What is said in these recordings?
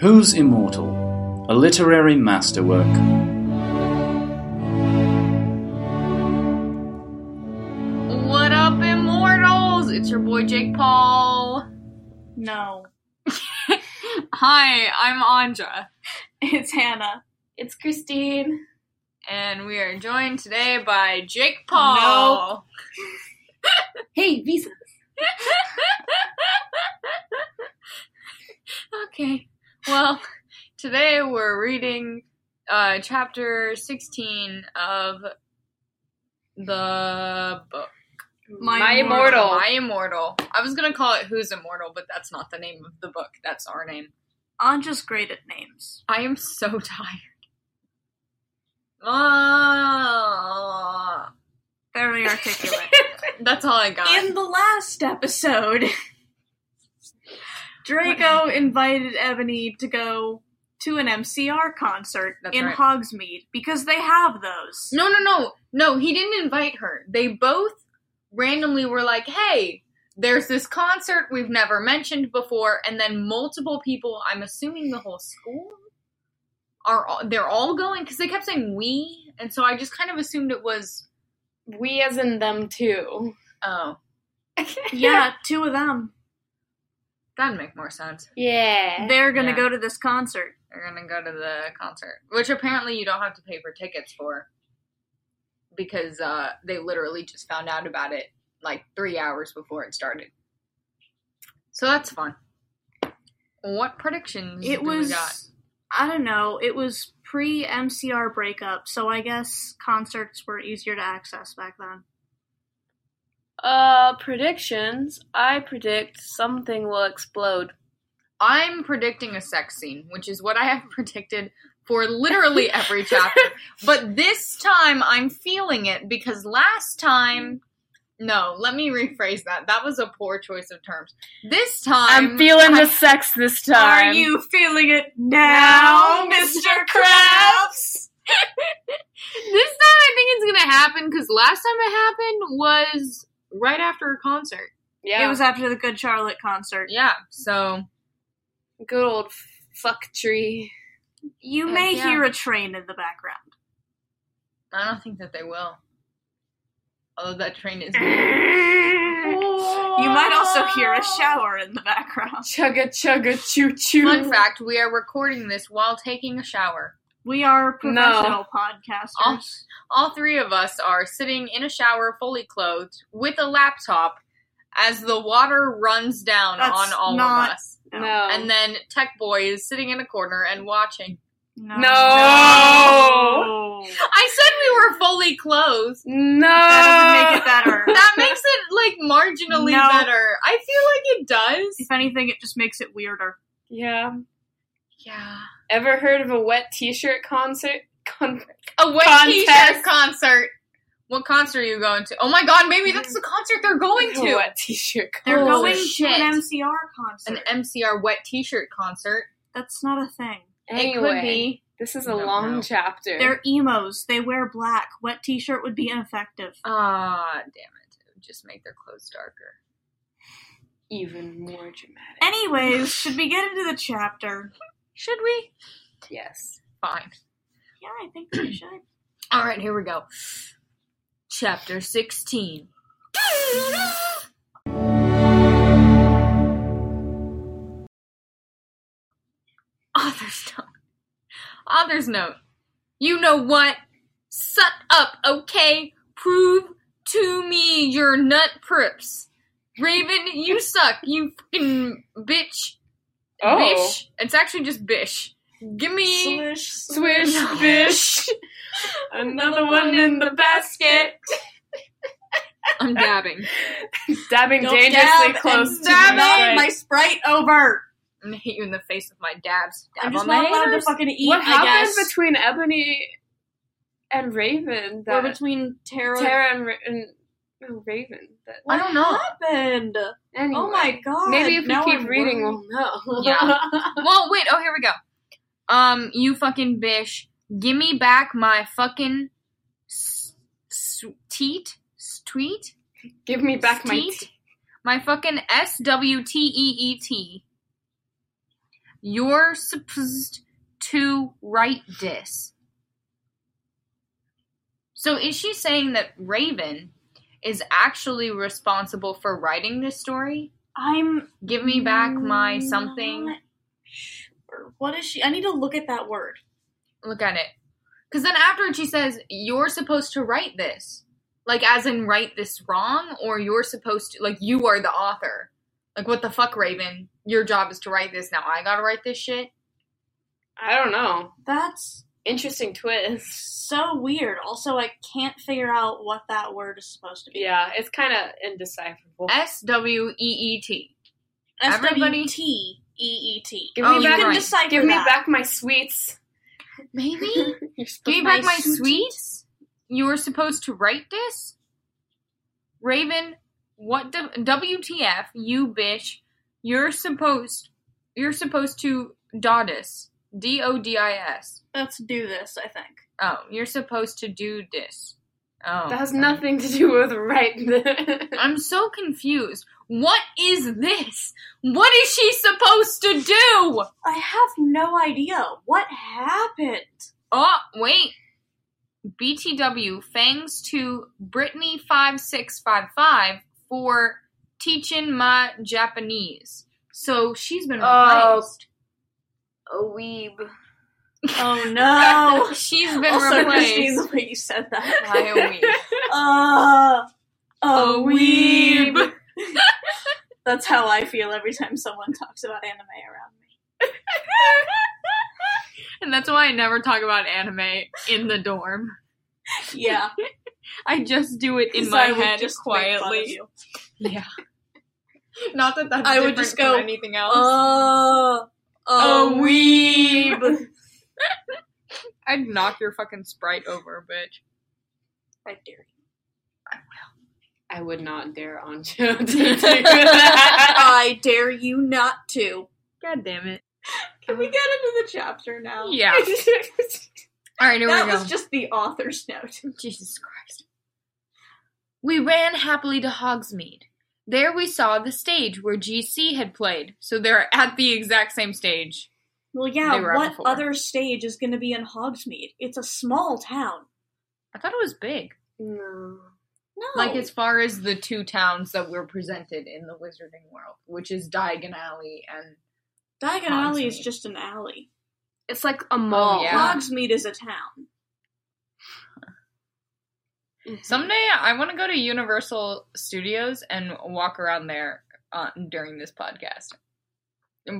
Who's Immortal? A literary masterwork. What up, immortals? It's your boy Jake Paul. No, Hi, I'm Anja, it's Hannah. It's Christine. and we are joined today by Jake Paul. Hey, Visa. Okay, well, today we're reading uh, chapter 16 of the book. My, My Immortal. I was gonna call it Who's Immortal, but that's not the name of the book. That's our name. Anja's great at names. I am so tired. Ah, Very articulate. that's all I got. In the last episode, Draco invited Ebony to go to an MCR concert That's in right. Hogsmeade because they have those. No, no, no, no. He didn't invite her. They both randomly were like, "Hey, there's this concert we've never mentioned before," and then multiple people. I'm assuming the whole school are all, they're all going because they kept saying we, and so I just kind of assumed it was We as in them too. oh Yeah, two of them. that'd make more sense. Yeah. They're gonna Yeah. go to this concert. They're gonna go to the concert, which apparently you don't have to pay for tickets for, because uh, they literally just found out about it like three hours before it started. So that's fun. What predictions? It do We got? was, I don't know, it was pre MCR breakup, so I guess concerts were easier to access back then. Uh, predictions. I predict something will explode. I'm predicting a sex scene, which is what I have predicted for literally every chapter. but this time I'm feeling it because last time. No, let me rephrase that. That was a poor choice of terms. This time. I'm, feeling I- the sex this time. Are you feeling it Now, now, Mr. Mr. Krabs? This time I think it's gonna happen because last time it happened was right after a concert. Yeah. It was after the Good Charlotte concert. Yeah, so good old fuck tree. You Uh, may yeah. hear a train in the background. I don't think that they will. Although that train is. You you might also hear a shower in the background. Chugga chugga choo choo. Fun fact: We are recording this while taking a shower. We are professional All, podcasters. all three of us are sitting in a shower, fully clothed, with a laptop, as the water runs down That's on all not- of us. No. And then Tech Boy is sitting in a corner and watching. No. No. I said we were fully clothed. no. That doesn't make it better. that makes it like marginally No. better. I feel like it does. if anything, it just makes it weirder. Yeah. Yeah. Ever heard of a wet t-shirt concert? Con- A wet Contest. t-shirt concert. What concert are you going to? Oh my god, maybe that's the concert they're going A to. wet t-shirt concert. They're Holy going shit. to an MCR concert. An MCR wet t-shirt concert. That's not a thing. Anyway, It could be. this is I a don't long know. chapter. They're emos. They wear black. Wet t-shirt would be ineffective. Ah, damn it. It would just make their clothes darker. even more dramatic. Anyways, should we get into the chapter? Should we? Yes. Fine. Yeah, I think we should. All right, here we go. Chapter 16. Author's note. Author's note. You know what? Shut up, okay? Prove to me your nut prips. Raven, you suck. You fucking bitch. Oh. Bish. It's actually just bish. Give me. Swish, bish. Another one in the basket. I'm dabbing. Dabbing Don't dangerously dab close and to dab the it. light. my sprite over. I'm gonna hit you in the face with my dabs. Dab I'm just on my not allowed haters. to fucking eat. What I happened guess. between Ebony and Raven? or That between Tara? Tara and, Ra- and oh, Raven. That, I don't know. happened? anyway, Oh my god! Maybe if Now we keep I'm reading, worried. we'll know. Yeah. Well, wait. Oh, here we go. Um, you fucking bish. Give me back my fucking s- s- teat, s- tweet, Give me back my. Steet? my fucking s w t e e t, You're supposed to write this. So is she saying that Raven is actually responsible for writing this story? I'm Give me back my something. not sure. What is she? I need to look at that word. Look at it. Because then afterwards she says, You're supposed to write this. Like, as in, write this wrong, or you're supposed to, like, you are the author. Like, what the fuck, Raven? Your job is to write this. Now I gotta write this shit. I don't know. That's Interesting twist. so weird. Also, I can't figure out what that word is supposed to be. Yeah, it's kind of indecipherable. S W E E T. Everybody- Everybody T E E T. Give Oh, me you back, you're can right. decipher give me that. back my sweets. Maybe? You're Give me supposed- back my sweets? You were supposed to write this? Raven, what the WTF, you bitch. You're supposed you're supposed to Dodis. D O D I S. Let's do this. I think. Oh, you're supposed to do this. Oh. That has nothing to do with right. I'm so confused. What is this? What is she supposed to do? I have no idea what happened. Oh, wait. BTW thanks to Brittany5655 for teaching my Japanese. So she's been Oh. replaced. a weeb. Oh no! She's been also, Christine, replaced the way you said by that. a weeb. Uh, a A weeb. weeb. That's how I feel every time someone talks about anime around me. And that's why I never talk about anime in the dorm. Yeah, I just do it in So my I would head make fun of quietly. you. Yeah. Not that that's I would different just from go, anything else. Uh, A a weeb. I'd knock your fucking sprite over, bitch. Right there. I would not dare on Joe to do that. I dare you not to. God damn it. Can we get into the chapter now? Yeah. All right, here that we go. was just the author's note. Jesus Christ. We ran happily to Hogsmeade. There we saw the stage where GC had played. So they're at the exact same stage. Well, They yeah. were out What before. other stage is going to be in Hogsmeade? It's a small town. I thought it was big. no. No, Like, as far as the two towns that were presented in the Wizarding World, which is Diagon Alley and. Diagon Alley is Hogsmeade. just an alley. It's like a mall. Yeah. Hogsmeade is a town. Someday I want to go to Universal Studios and walk around there uh, during this podcast.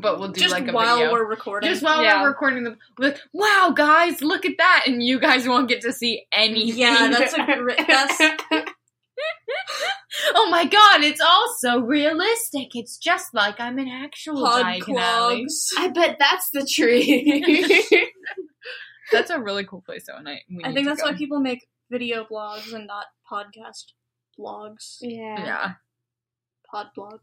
But we'll do just like a while video. we're recording. Just while Yeah. we're recording them, like, wow, guys, look at that, and you guys won't get to see anything. yeah, that's a great. That's oh my god, it's all so realistic. It's just like I'm an actual pod Diagon Alley. clogs. I bet that's the tree. That's a really cool place, though, and I we I need think to that's go. why people make video blogs and not podcast blogs. Yeah, Pod blog,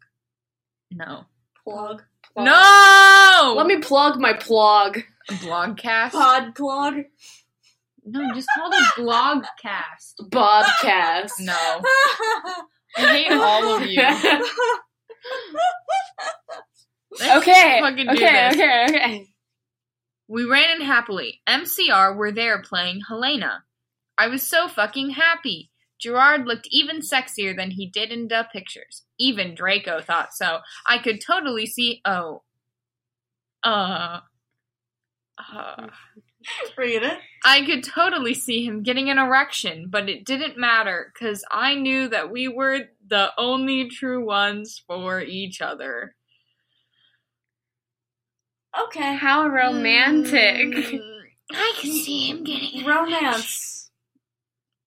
no, blog, no. Let me plug my plug. blogcast. pod blog. no, just call it blogcast. Bobcast. No, I hate all of you. Let's okay. fucking do okay, this. okay, okay. We ran in happily. MCR were there playing Helena. I was so fucking happy. Gerard looked even sexier than he did in the pictures. Even Draco thought so. I could totally see. Oh. Uh. Uh. Read it. I could totally see him getting an erection, but it didn't matter because I knew that we were the only true ones for each other. Okay. How romantic. Mm, I could see him getting an Romance.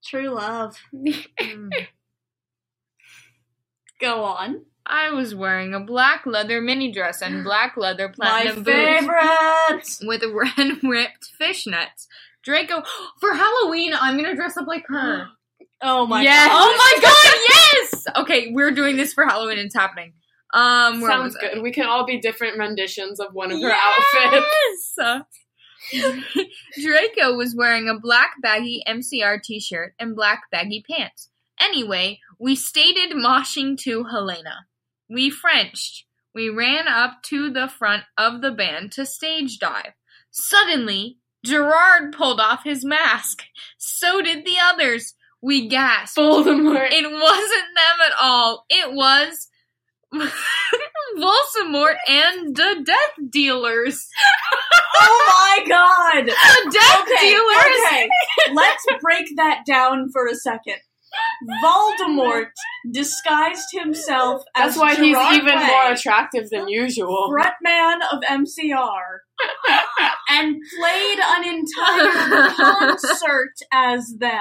True love. erection. Go on. I was wearing a black leather mini dress and black leather platinum My boots favorite. with red ripped fishnets. Draco, for Halloween, I'm gonna dress up like her. Oh my Yes. god. Oh my god, yes! Okay, we're doing this for Halloween. It's happening. Um, where Sounds was I? good. We can all be different renditions of one of her outfits. yes! Draco was wearing a black baggy MCR t shirt and black baggy pants. Anyway, we stated moshing to Helena. We Frenched. We ran up to the front of the band to stage dive. Suddenly, Gerard pulled off his mask. So did the others. We gasped. Voldemort. It wasn't them at all. It was Voldemort and the Death Dealers. Oh my god! The Death Okay, Dealers. okay. Let's break that down for a second. Voldemort disguised himself That's as why Gerard he's even Way, more attractive than usual. front man of MCR, and played an entire concert as them.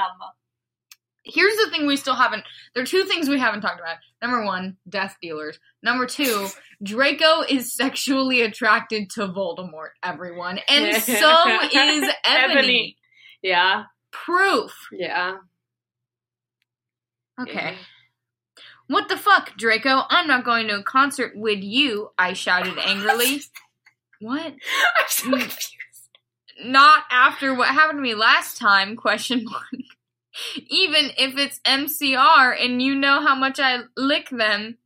Here's the thing we still haven't. There are two things we haven't talked about. Number one, Death Dealers. Number two, Draco is sexually attracted to Voldemort, everyone. And so is Ebony. Ebony. Yeah, Proof. yeah. Okay. Mm-hmm. yeah. What the fuck, Draco? I'm not going to a concert with you, I shouted angrily. what? I'm so confused. Not after what happened to me last time, question mark. Even if it's MCR and you know how much I lick them.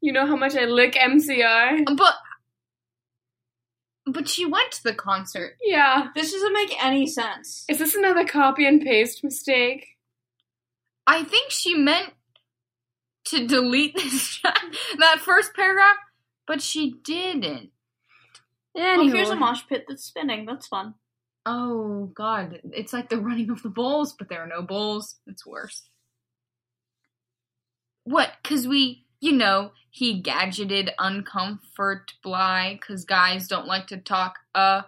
You know how much I lick MCR? But But she went to the concert. Yeah. This doesn't make any sense. Is this another copy and paste mistake? I think she meant to delete this that first paragraph, but she didn't. Oh, Anyway. here's a mosh pit that's spinning. That's fun. Oh god, it's like the running of the bulls, but there are no bulls. It's worse. What? Cause we, you know, he gadgeted uncomfort bly, cause guys don't like to talk uh,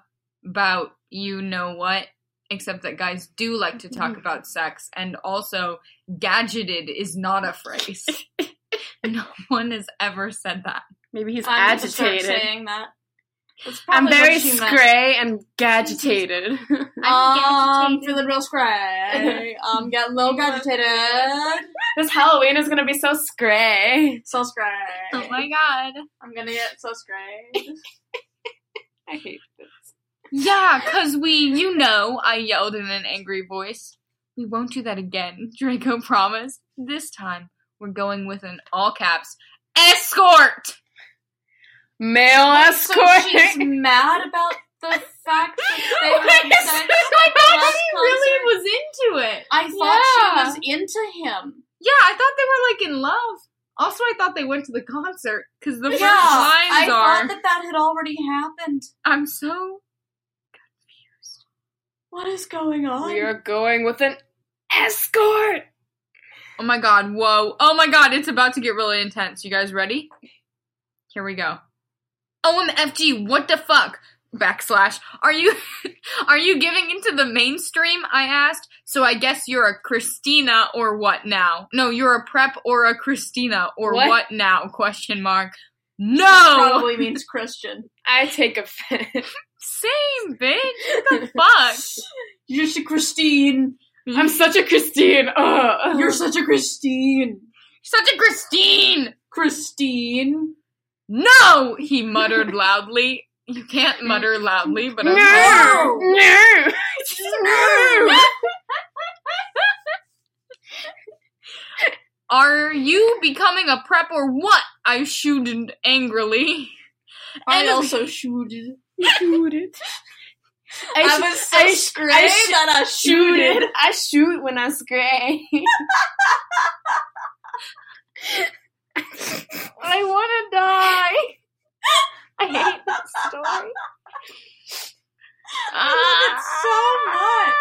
about you know what. Except that guys do like to talk about sex, and also gadgeted is not a phrase. no one has ever said that. Maybe he's I'm gonna start agitated. saying that. That's I'm probably what very she meant. scray and gadgetated. I'm feeling Um, real scray. I'm getting a little agitated. this Halloween is gonna be so scray. So scray. Oh my god. I'm gonna get so scray. I hate this. Yeah, because we, you know, I yelled in an angry voice. We won't do that again, Draco promised. This time, we're going with an all caps escort! Male escort. So she's mad about the fact that they were having sex. at the last concert? was into it. I thought Yeah. she was into him. Yeah, I thought they were like in love. Also, I thought they went to the concert because the first yeah, I lines are. thought that that had already happened. I'm so. What is going on? We are going with an escort. Oh my god, whoa. Oh my god, it's about to get really intense. You guys ready? Here we go. OMFG, what the fuck? Backslash. Are you are you giving into the mainstream? I asked. So I guess you're a Christina or what now? No, you're a prep or a Christina or what, What? now? Question mark. No! Oh. Probably means Christian. I take offense. Same bitch. What the fuck? You're such a Christine. I'm such a Christine. Ugh. You're such a Christine. Such a Christine! Christine. No! He muttered loudly. You can't mutter loudly, but no, I'm No. no, no. Are you becoming a prep or what? I shooted angrily. I And- also shooted. Shoot it. I, I sh- was so I sh- screwed I sh- that I shoot shooted. it. I shoot when I scray. I want to die. I hate that story. Ah! I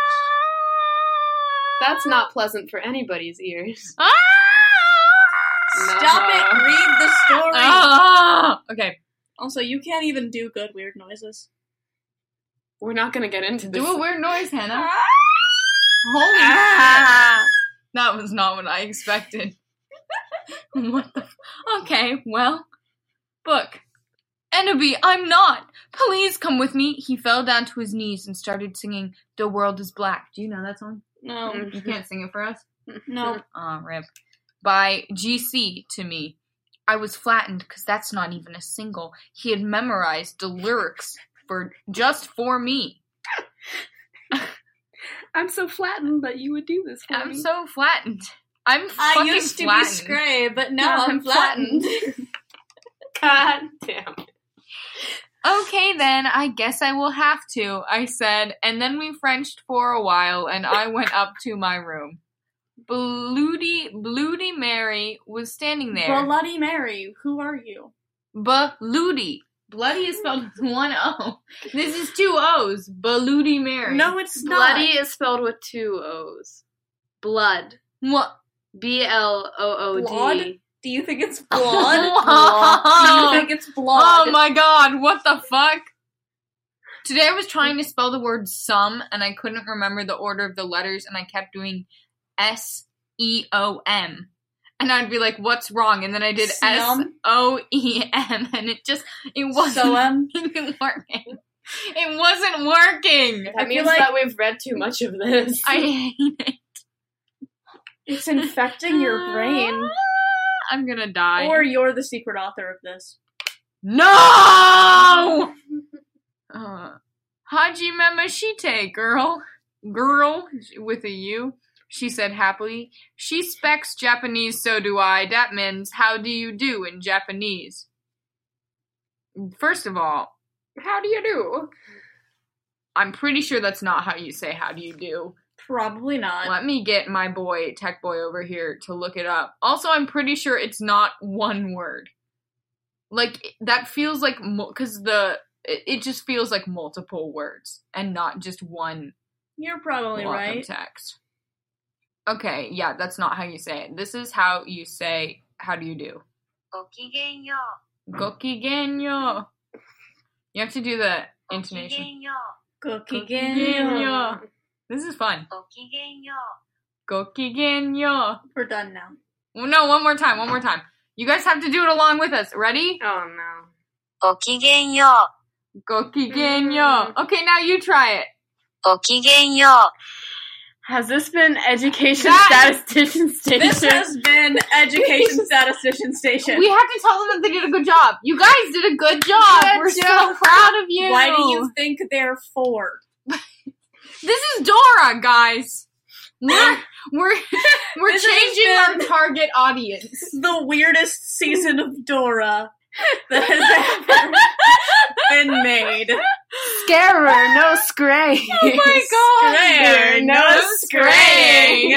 That's not pleasant for anybody's ears. Ah! love it so much. Stop it. Read the story. Ah! Okay, Also, you can't even do good weird noises. We're not gonna get into this. do a weird noise, Hannah. Holy shit. Ah! That was not what I expected. what the? Okay, well, book. Enderby, I'm not. Please come with me. He fell down to his knees and started singing "The World Is Black." Do you know that song? No, You can't sing it for us. no. Aw, rip. By GC to me. I was flattened because that's not even a single. He had memorized the lyrics for just for me. I'm so flattened that you would do this. For I'm me. so flattened. I'm Mm-hmm. I fucking used to be flattened. Scray, but now Now I'm I'm flattened. flattened. God damn. it. Okay, then I guess I will have to, I said, and then we Frenched for a while and I went up to my room. Bloody, Bloody Mary was standing there. Bloody Mary, who are you? Bloody. Bloody is spelled with one O. This is two O's. Bloody Mary. No, it's Bloody not. is spelled with two O's. Blood. What? B L O O Blood? D. Do you think it's Wow. blood? Do you think it's blood? Oh my god, what the fuck? Today I was trying to spell the word sum and I couldn't remember the order of the letters and I kept doing S E O M. And I'd be like, what's wrong? And then I did S Snum? O E M and it just it wasn't So um, even working. It wasn't working. I feel That means like- that we've read too much of this. I hate it. it's infecting your brain, I'm gonna die. Ah. or you're the secret author of this. No! Uh, Hajime Mashite, girl. Girl with a U, she said happily. She specs Japanese, so do I. That means, how do you do in Japanese? First of all, How do you do? I'm pretty sure that's not how you say how do you do. Probably not. Let me get my boy, tech boy over here, to look it up. Also, I'm pretty sure it's not one word. Like, that feels like, because the, it, it just feels like multiple words and not just one You're probably block of right. text. Okay, yeah, that's not how you say it. This is how you say, how do you do? Gokigenyo. You have to do the intonation. Cookie Gokigenyo. This is fun. Gokigenyo. We're done now. Well, No, one more time, one more time. You guys have to do it along with us. Ready? Oh no. Gokigenyo. Mm. Okay, now you try it. Has this been education That- statistician station? This has been Education Statistician Station. We have to tell them that they did a good job. You guys did a good job. Good We're so job. proud of you. Why do you think they're four? This is Dora, guys. We're we're, we're This has changing our been- target audience. The weirdest season of Dora that has ever been made. Scarer, no scray. Oh my god. Scrayer, no scraying.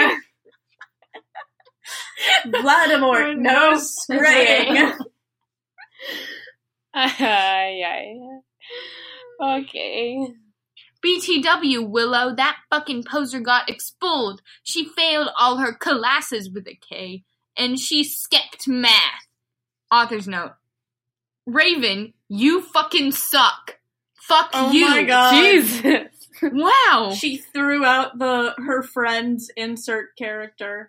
Vladimir, no spraying. Okay. BTW, Willow, that fucking poser got expelled. She failed all her classes with a K, and she skipped math. Author's note. Raven, you fucking suck. Fuck Oh you. my God. Jesus. Wow. She threw out the her friend's insert character.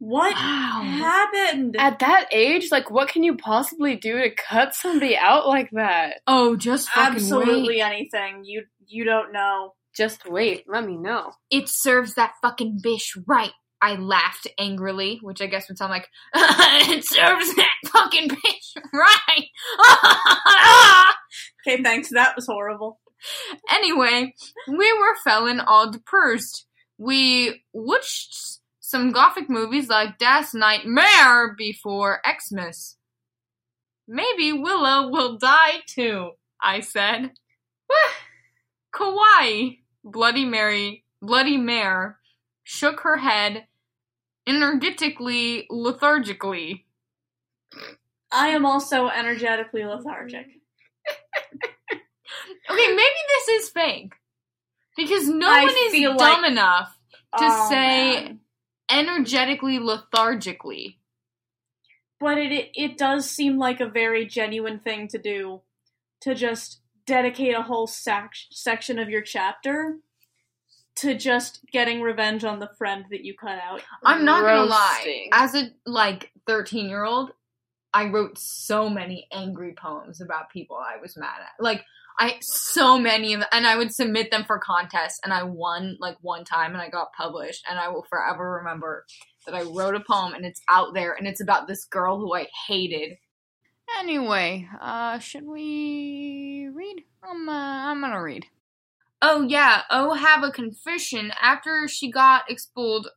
What wow. happened? At that age, like, what can you possibly do to cut somebody out like that? Oh, just fucking Absolutely wait. anything. You you don't know. Just wait. Let me know. It serves that fucking bitch right. I laughed angrily, which I guess would sound like, it serves that fucking bitch Ah! right. Okay, thanks. That was horrible. Anyway, we were felon all depressed. We watched some gothic movies like Das Nightmare before Xmas. Maybe Willow will die too, I said. Kawaii, Bloody Mary, Bloody Mare, shook her head energetically, lethargically. I am also energetically lethargic. Okay, maybe this is fake. Because no I one is feel dumb like- enough to Oh, say man. energetically lethargically. but it, it it does seem like a very genuine thing to do to just dedicate a whole sac- section of your chapter to just getting revenge on the friend that you cut out. I'm not gonna lie. Roasting. As a like 13 year old, I wrote so many angry poems about people I was mad at. Like I so many of and I would submit them for contests and I won like one time and I got published and I will forever remember that I wrote a poem and it's out there and it's about this girl who I hated. Anyway, uh should we read? I'm uh, I'm gonna read. Oh yeah, oh have a confession after she got expelled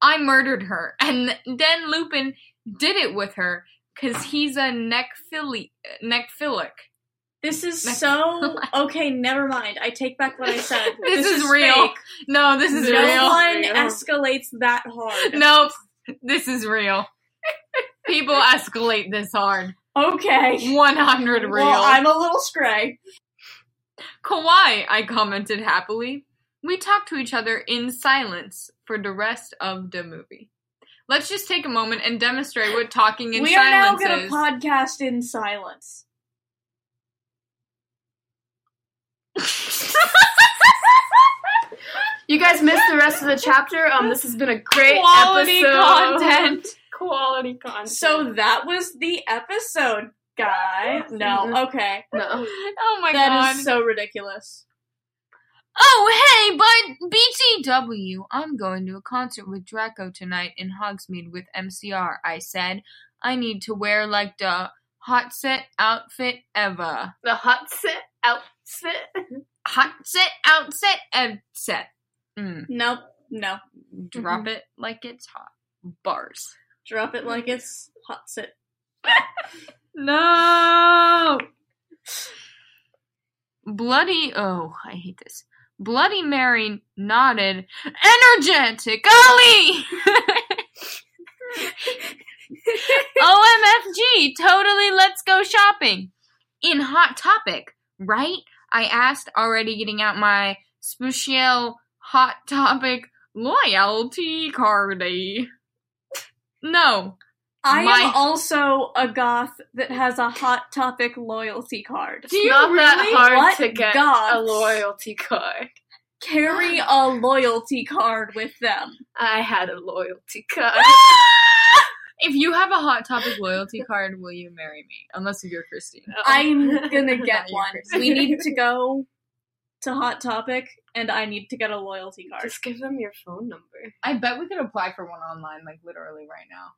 I murdered her. And then Lupin did it with her because he's a necphili- necphilic. This is so okay. Never mind. I take back what I said. This is real. fake. No, this is no real. one Real. escalates that hard. Nope, this is real. People escalate this hard. Okay. 100 real. Well, I'm a little stray. Kawaii, I commented happily. We talked to each other in silence for the rest of the movie. Let's just take a moment and demonstrate what talking in we are now silence going is. to podcast in silence. You guys missed the rest of the chapter. Um, this has been a great Quality episode. content. Quality content. So that was the episode, guy. No. Okay. No. Mm-hmm. Oh my That god. is so ridiculous. oh, hey, but BTW, I'm going to a concert with Draco tonight in Hogsmeade with MCR, I said. I need to wear like the hot set outfit ever. The hot sit out sit. Hot set outset ev- set. Mm. Nope. No. Mm-hmm. Drop it like it's hot. Bars. Drop it Mm-hmm. like it's hot sit. No! Bloody. Oh, I hate this. Bloody Mary nodded. Energetic Ollie! OMFG, totally let's go shopping. In Hot Topic, right? I asked, already getting out my special Hot Topic loyalty cardy. No, I My- am also a goth that has a hot topic loyalty card. Do you Not that really? hard What to get a goths? loyalty card. Carry a loyalty card with them. I had a loyalty card. If you have a Hot Topic loyalty card, will you marry me? Unless you're Christina. I'm gonna get Not you, one. Kristen. We need to go to Hot Topic, and I need to get a loyalty card. just give them your phone number. I bet we could apply for one online, like literally right now.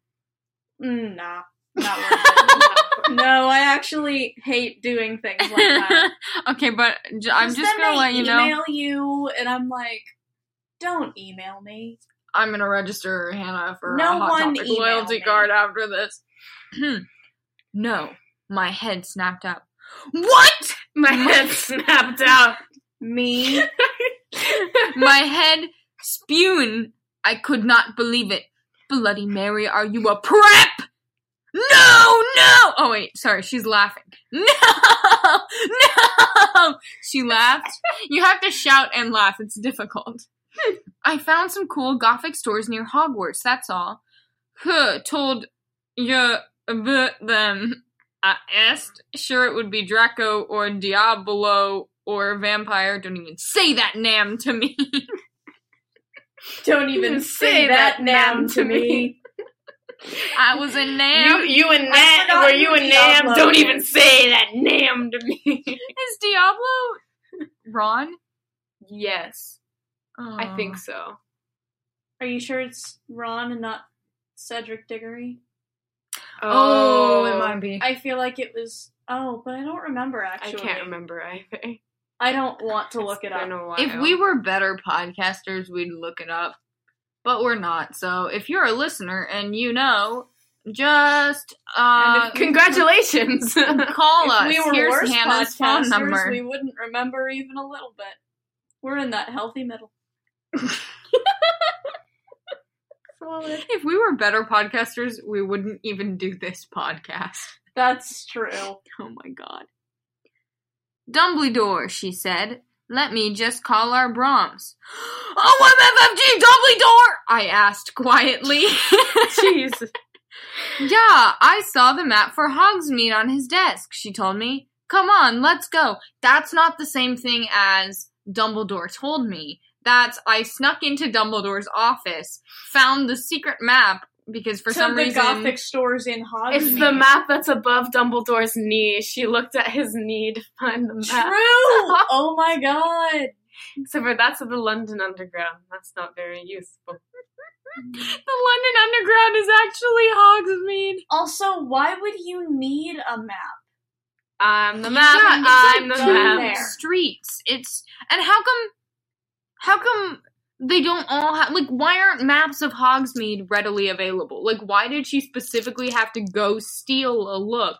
Mm, nah, not worth it. no, I actually hate doing things like that. okay, but j- I'm uh, just then gonna they let you know. Email you, and I'm like, don't email me. I'm gonna register Hannah for a No Hot one Topic email loyalty me. card after this. Hmm. no, my head snapped up. What? My head snapped out. Me. my head spewing. I could not believe it. Bloody Mary, are you a prep? No, no. Oh wait, sorry, she's laughing. No, no. She laughed. You have to shout and laugh. It's difficult. I found some cool gothic stores near Hogwarts. That's all. Huh, told you about them. I asked. Sure, it would be Draco or Diablo or vampire. Don't even say that nam to me. Don't even say that nam to me. I was a You, nam. you and I Nam, forgot were you who and Diablo Nam? Don't even is. say that Nam to me. Is Diablo Ron? yes, I think so. Are you sure it's Ron and not Cedric Diggory? Oh, it might be. I feel like it was. Oh, but I don't remember I actually. can't remember either. I don't want to look It's it up. been a while. if we were better podcasters, we'd look it up, but we're not. So if you're a listener and you know, just uh, Congratulations. call us. If we were Here's worse Hannah's phone podcasters, number. we wouldn't remember even a little bit. We're in that healthy middle. If we were better podcasters, we wouldn't even do this podcast. That's true. Oh my god. Dumbledore, she said. Let me just call our Brahms. Oh, OMFFG, Dumbledore! I asked quietly. Jeez. yeah, I saw the map for Hogsmeade on his desk, she told me. Come on, let's go. That's not the same thing as Dumbledore told me. That's I snuck into Dumbledore's office, found the secret map because for to some the reason gothic stores in Hogsmeade. It's the map that's above Dumbledore's knee. She looked at his knee to find the map. True. oh my god. Except for that's the London Underground. That's not very useful. the London Underground is actually Hogsmeade. Also, why would you need a map? I'm the map. Yeah, I'm it's the like map. down two there. streets. It's and how come? How come they don't all have like why aren't maps of Hogsmeade readily available? Like why did she specifically have to go steal a look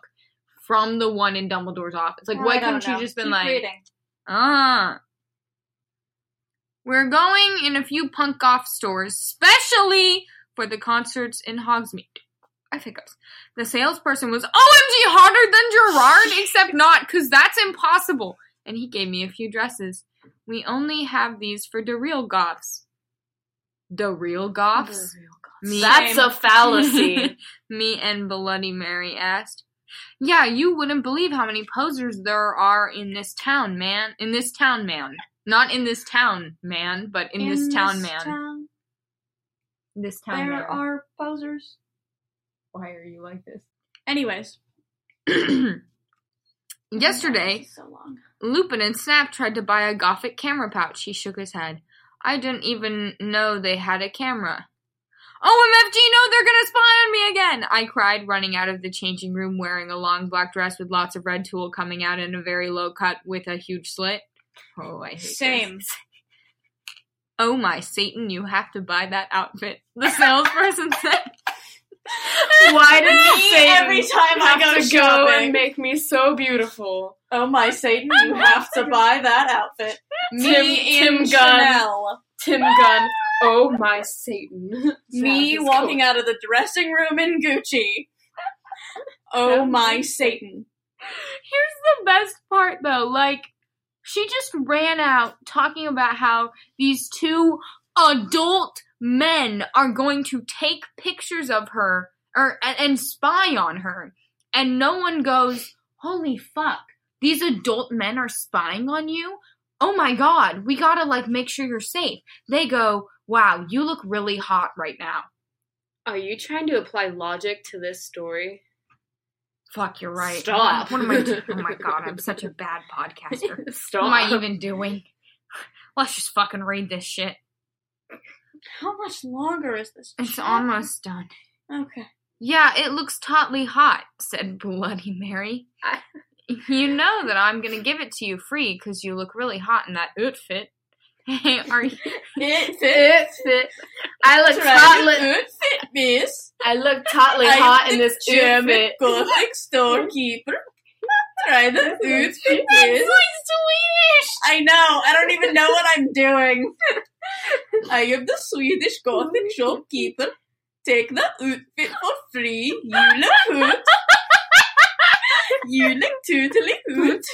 from the one in Dumbledore's office? Like why I don't couldn't she know. just been Keep like reading. ah We're going in a few punk off stores, specially for the concerts in Hogsmeade. I think us. The salesperson was OMG harder than Gerard, except not, because that's impossible. And he gave me a few dresses. We only have these for the real goths. The real goths? Me That's a fallacy. me and Bloody Mary asked. Yeah, you wouldn't believe how many posers there are in this town, man. In this town, man. Not in this town, man, but in, this, town, man. town, this town, there man. are posers. Why are you like Anyways, this? Yesterday, So long. Lupin and Snap tried to buy a gothic camera pouch. He shook his head. I didn't even know they had a camera. Oh, OMFG, no, they're gonna spy on me again! I cried, running out of the changing room wearing a long black dress with lots of red tulle coming out in a very low cut with a huge slit. Oh, I hate this. Same. Oh my Satan, you have to buy that outfit. The salesperson said. Why did Me Satan every time I have go to go shopping? and make me so beautiful? Oh my Satan, you have to buy that outfit. Tim, Tim and Gunn. Chanel. Tim Gunn. Oh my Satan. Me walking out of the dressing room in Gucci. Oh my Satan. Here's the best part though. Like, she just ran out talking about how these two adult men are going to take pictures of her or and, and spy on her. And no one goes, "Holy fuck. These adult men are spying on you?" Oh my god, we gotta like make sure you're safe. They go, wow, you look really hot right now. Are you trying to apply logic to this story? Fuck, you're right. Stop. What am I doing? Oh my god, I'm such a bad podcaster. Stop. What am I even doing? Let's just fucking read this shit. How much longer is this? It's chat? almost done. Okay. Yeah, it looks tautly hot, said Bloody Mary. I- you know that I'm gonna give it to you free because you look really hot in that outfit. Hey, are you? It It fit. I look tautly. Good fit, miss. I look tautly I'm hot in the this German outfit. Gothic storekeeper. Try the good fit, It's miss. like I know. I don't even know what I'm doing. I am the Swedish Gothic shopkeeper. Take the outfit for free. You look hoot. You look totally hoot.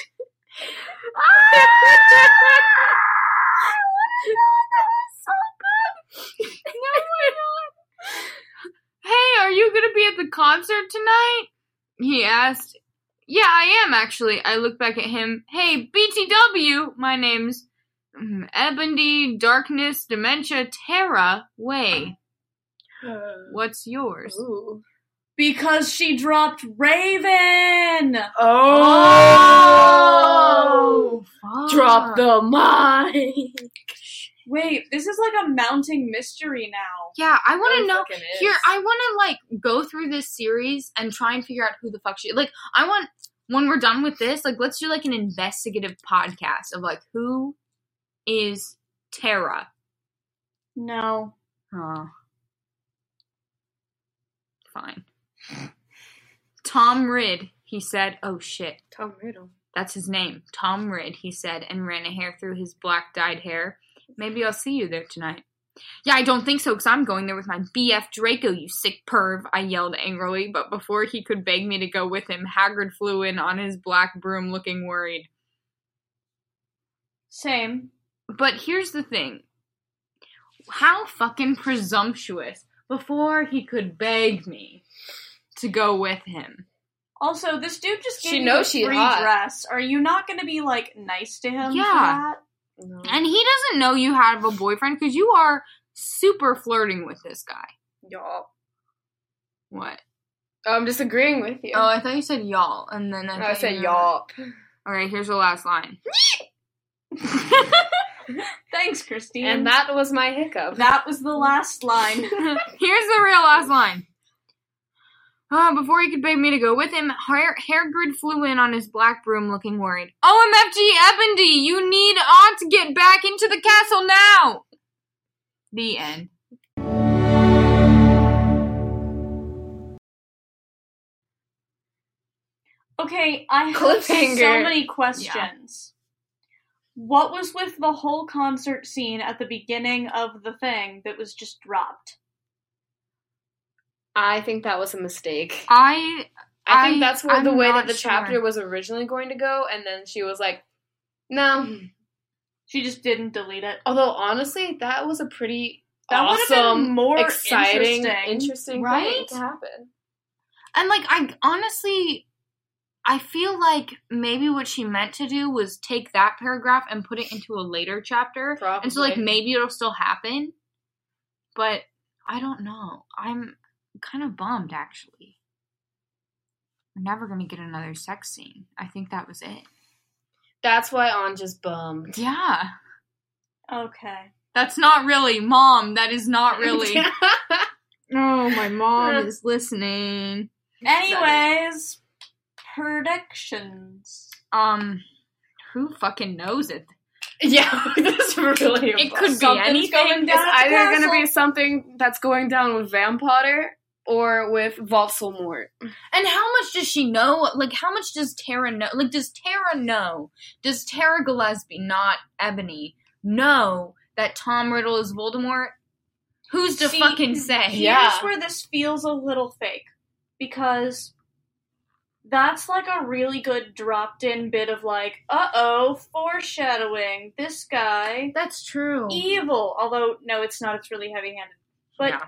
Swedish. No, I don't. hey, are you gonna be at the concert tonight? He asked. Yeah, I am actually. I looked back at him. Hey, BTW, my name's mm, Ebony Darkness Dementia Terra Way. What's yours? Ooh. Because she dropped Raven. Oh. fuck. Drop the mine. Wait, this is like a mounting mystery now. Yeah, I want to Really know. fucking is. Here, I want to like go through this series and try and figure out who the fuck she. Like, I want when we're done with this, like, let's do like an investigative podcast of like who is Tara. No. Oh. Fine. Tom Ridd, he said. Oh shit. Tom Riddle. That's his name. Tom Ridd, he said, and ran a hair through his black dyed hair. Maybe I'll see you there tonight. Yeah, I don't think so, because I'm going there with my BF Draco, you sick perv, I yelled angrily, but before he could beg me to go with him, Hagrid flew in on his black broom looking worried. Same. But here's the thing how fucking presumptuous before he could beg me to go with him. Also, this dude just gave She you knows a she's free hot. dress. Are you not going to be like nice to him? for Yeah. that? No. And he doesn't know you have a boyfriend because you are super flirting with this guy. Y'all. What? Oh, I'm disagreeing with you. Oh, I thought you said y'all, and then I, I thought said you- y'all. All right, here's the last line. Thanks, Christine. And that was my hiccup. That was the last line. Here's the real last line. Uh, before he could beg me to go with him, Har- Hagrid flew in on his black broom, looking worried. OMFG, Ebony, you need Aunt to get back into the castle now. The end. Okay, I have so Cliffhanger. many questions. What was with the whole concert scene at the beginning of the thing that was just dropped? I think that was a mistake. I I think that's where I- the I'm way that not the sure. chapter was originally going to go, and then she was like, "No." She just didn't delete it. Although honestly, that was a pretty That would have been awesome, more exciting, interesting. interesting thing Right? to happen. And like I honestly I feel like maybe what she meant to do was take that paragraph and put it into a later chapter. Probably. And so like maybe it'll still happen. But I don't know. I'm kind of bummed actually. We're never going to get another sex scene. I think that was it. that's why Anja's bummed. Yeah. Okay. That's not really mom. That is not really. oh, my mom is listening. Anyways, predictions. Um, who fucking knows it? yeah, that's really. It could be something's anything. going down. It's It's either either gonna going to be be something that's going down with Vampotter or with Volselmort. And how much does she know? Like, how much does Tara know? Like, does Tara know? Does Tara Gillespie, not Ebony, know that Tom Riddle is Voldemort? Who's to See, fucking say? Here's Yeah. where this feels a little fake because that's like a really good dropped in bit of like, uh oh, foreshadowing. This guy That's true. E evil. Although no, it's not. It's really heavy handed. But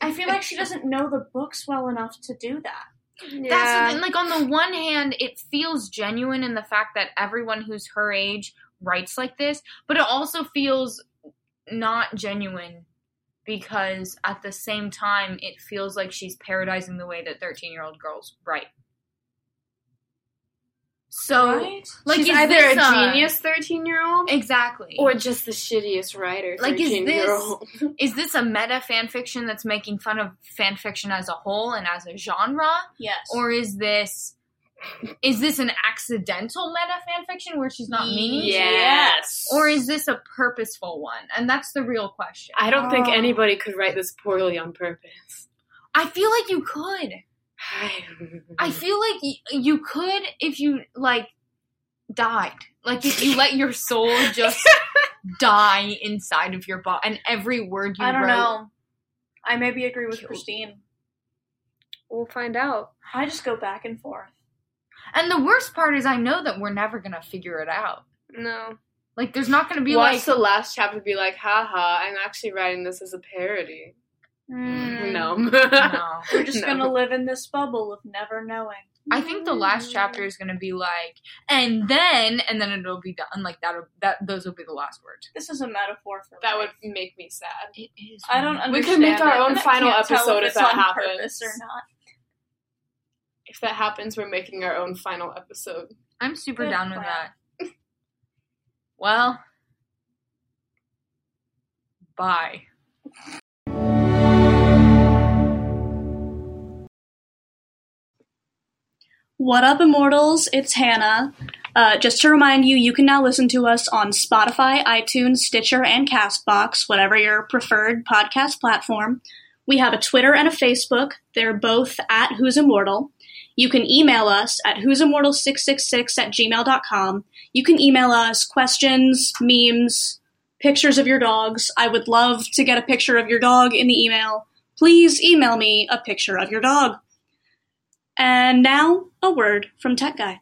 I feel like she doesn't know the books well enough to do That's that. the thing. Like on the one hand, it feels genuine in the fact that everyone who's her age writes like this, but it also feels not genuine because at the same time, it feels like she's parodizing the way that thirteen-year-old girls write. So, Right? like, She's is either this a genius thirteen-year-old exactly, or just the shittiest writer. Like, is this- 13-year-old. is this a meta fan fiction that's making fun of fan fiction as a whole and as a genre? Yes. or is this is this an accidental meta fanfiction where she's not meaning to? Yes. or is this a purposeful one and that's the real question I don't think Oh. anybody could write this poorly on purpose. i feel like you could i feel like y- you could if you like died like if you let your soul just die inside of your body and every word you I don't wrote know. I maybe agree with Killed. Christine. we'll find out. I just go back and forth. and the worst part is i know that we're never gonna figure it out No. like there's not gonna be Watch like the last chapter be like, haha, I'm actually writing this as a parody. No. Mm. no. We're just No. gonna live in this bubble of never knowing. I think the last chapter is gonna be like, and then, and then it'll be done. Like that, that those will be the last words. This is a metaphor for That would life. make me sad. It is. I don't understand. We could make our it, own and I final can't tell episode if, if it's that on happens. purpose or not. If that happens, we're making our own final episode. I'm super Good down with plan. that. Well, bye. What up, Immortals? It's Hannah. Uh, just to remind you, you can now listen to us on Spotify, iTunes, Stitcher, and Castbox, whatever your preferred podcast platform. We have a Twitter and a Facebook. They're both at Who's Immortal. You can email us at who'simmortal666 at gmail.com. You can email us questions, memes, pictures of your dogs. I would love to get a picture of your dog in the email. Please email me a picture of your dog. And now, a word from Tech Guy.